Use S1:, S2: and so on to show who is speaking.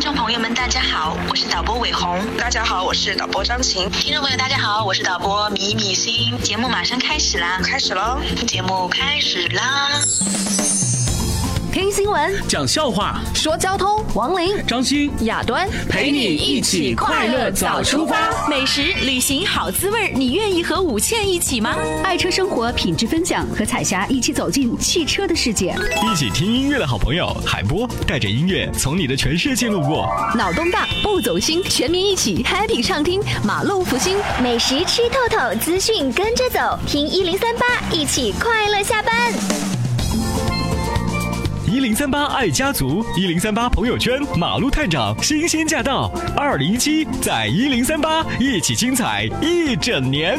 S1: 众朋友们，大家好，我是导播伟红。
S2: 大家好，我是导播张琴，
S1: 听众朋友，大家好，我是导播米米星。节目马上开始啦！
S2: 开始喽。
S1: 节目开始啦！
S3: 听新闻，
S4: 讲笑话，
S3: 说交通，王林、
S4: 张鑫
S3: 雅端
S4: 陪你一起快乐早出发。
S5: 美食、旅行、好滋味儿，你愿意和五倩一起吗？
S3: 爱车生活品质分享，和彩霞一起走进汽车的世界。
S6: 一起听音乐的好朋友海波，带着音乐从你的全世界路过。
S3: 脑洞大，不走心，全民一起 happy 畅听，马路福星。
S7: 美食吃透透，资讯跟着走，听一零三八，一起快乐下班。
S6: 一零三八爱家族，一零三八朋友圈，马路探长新鲜驾到，二零一七在一零三八一起精彩一整年。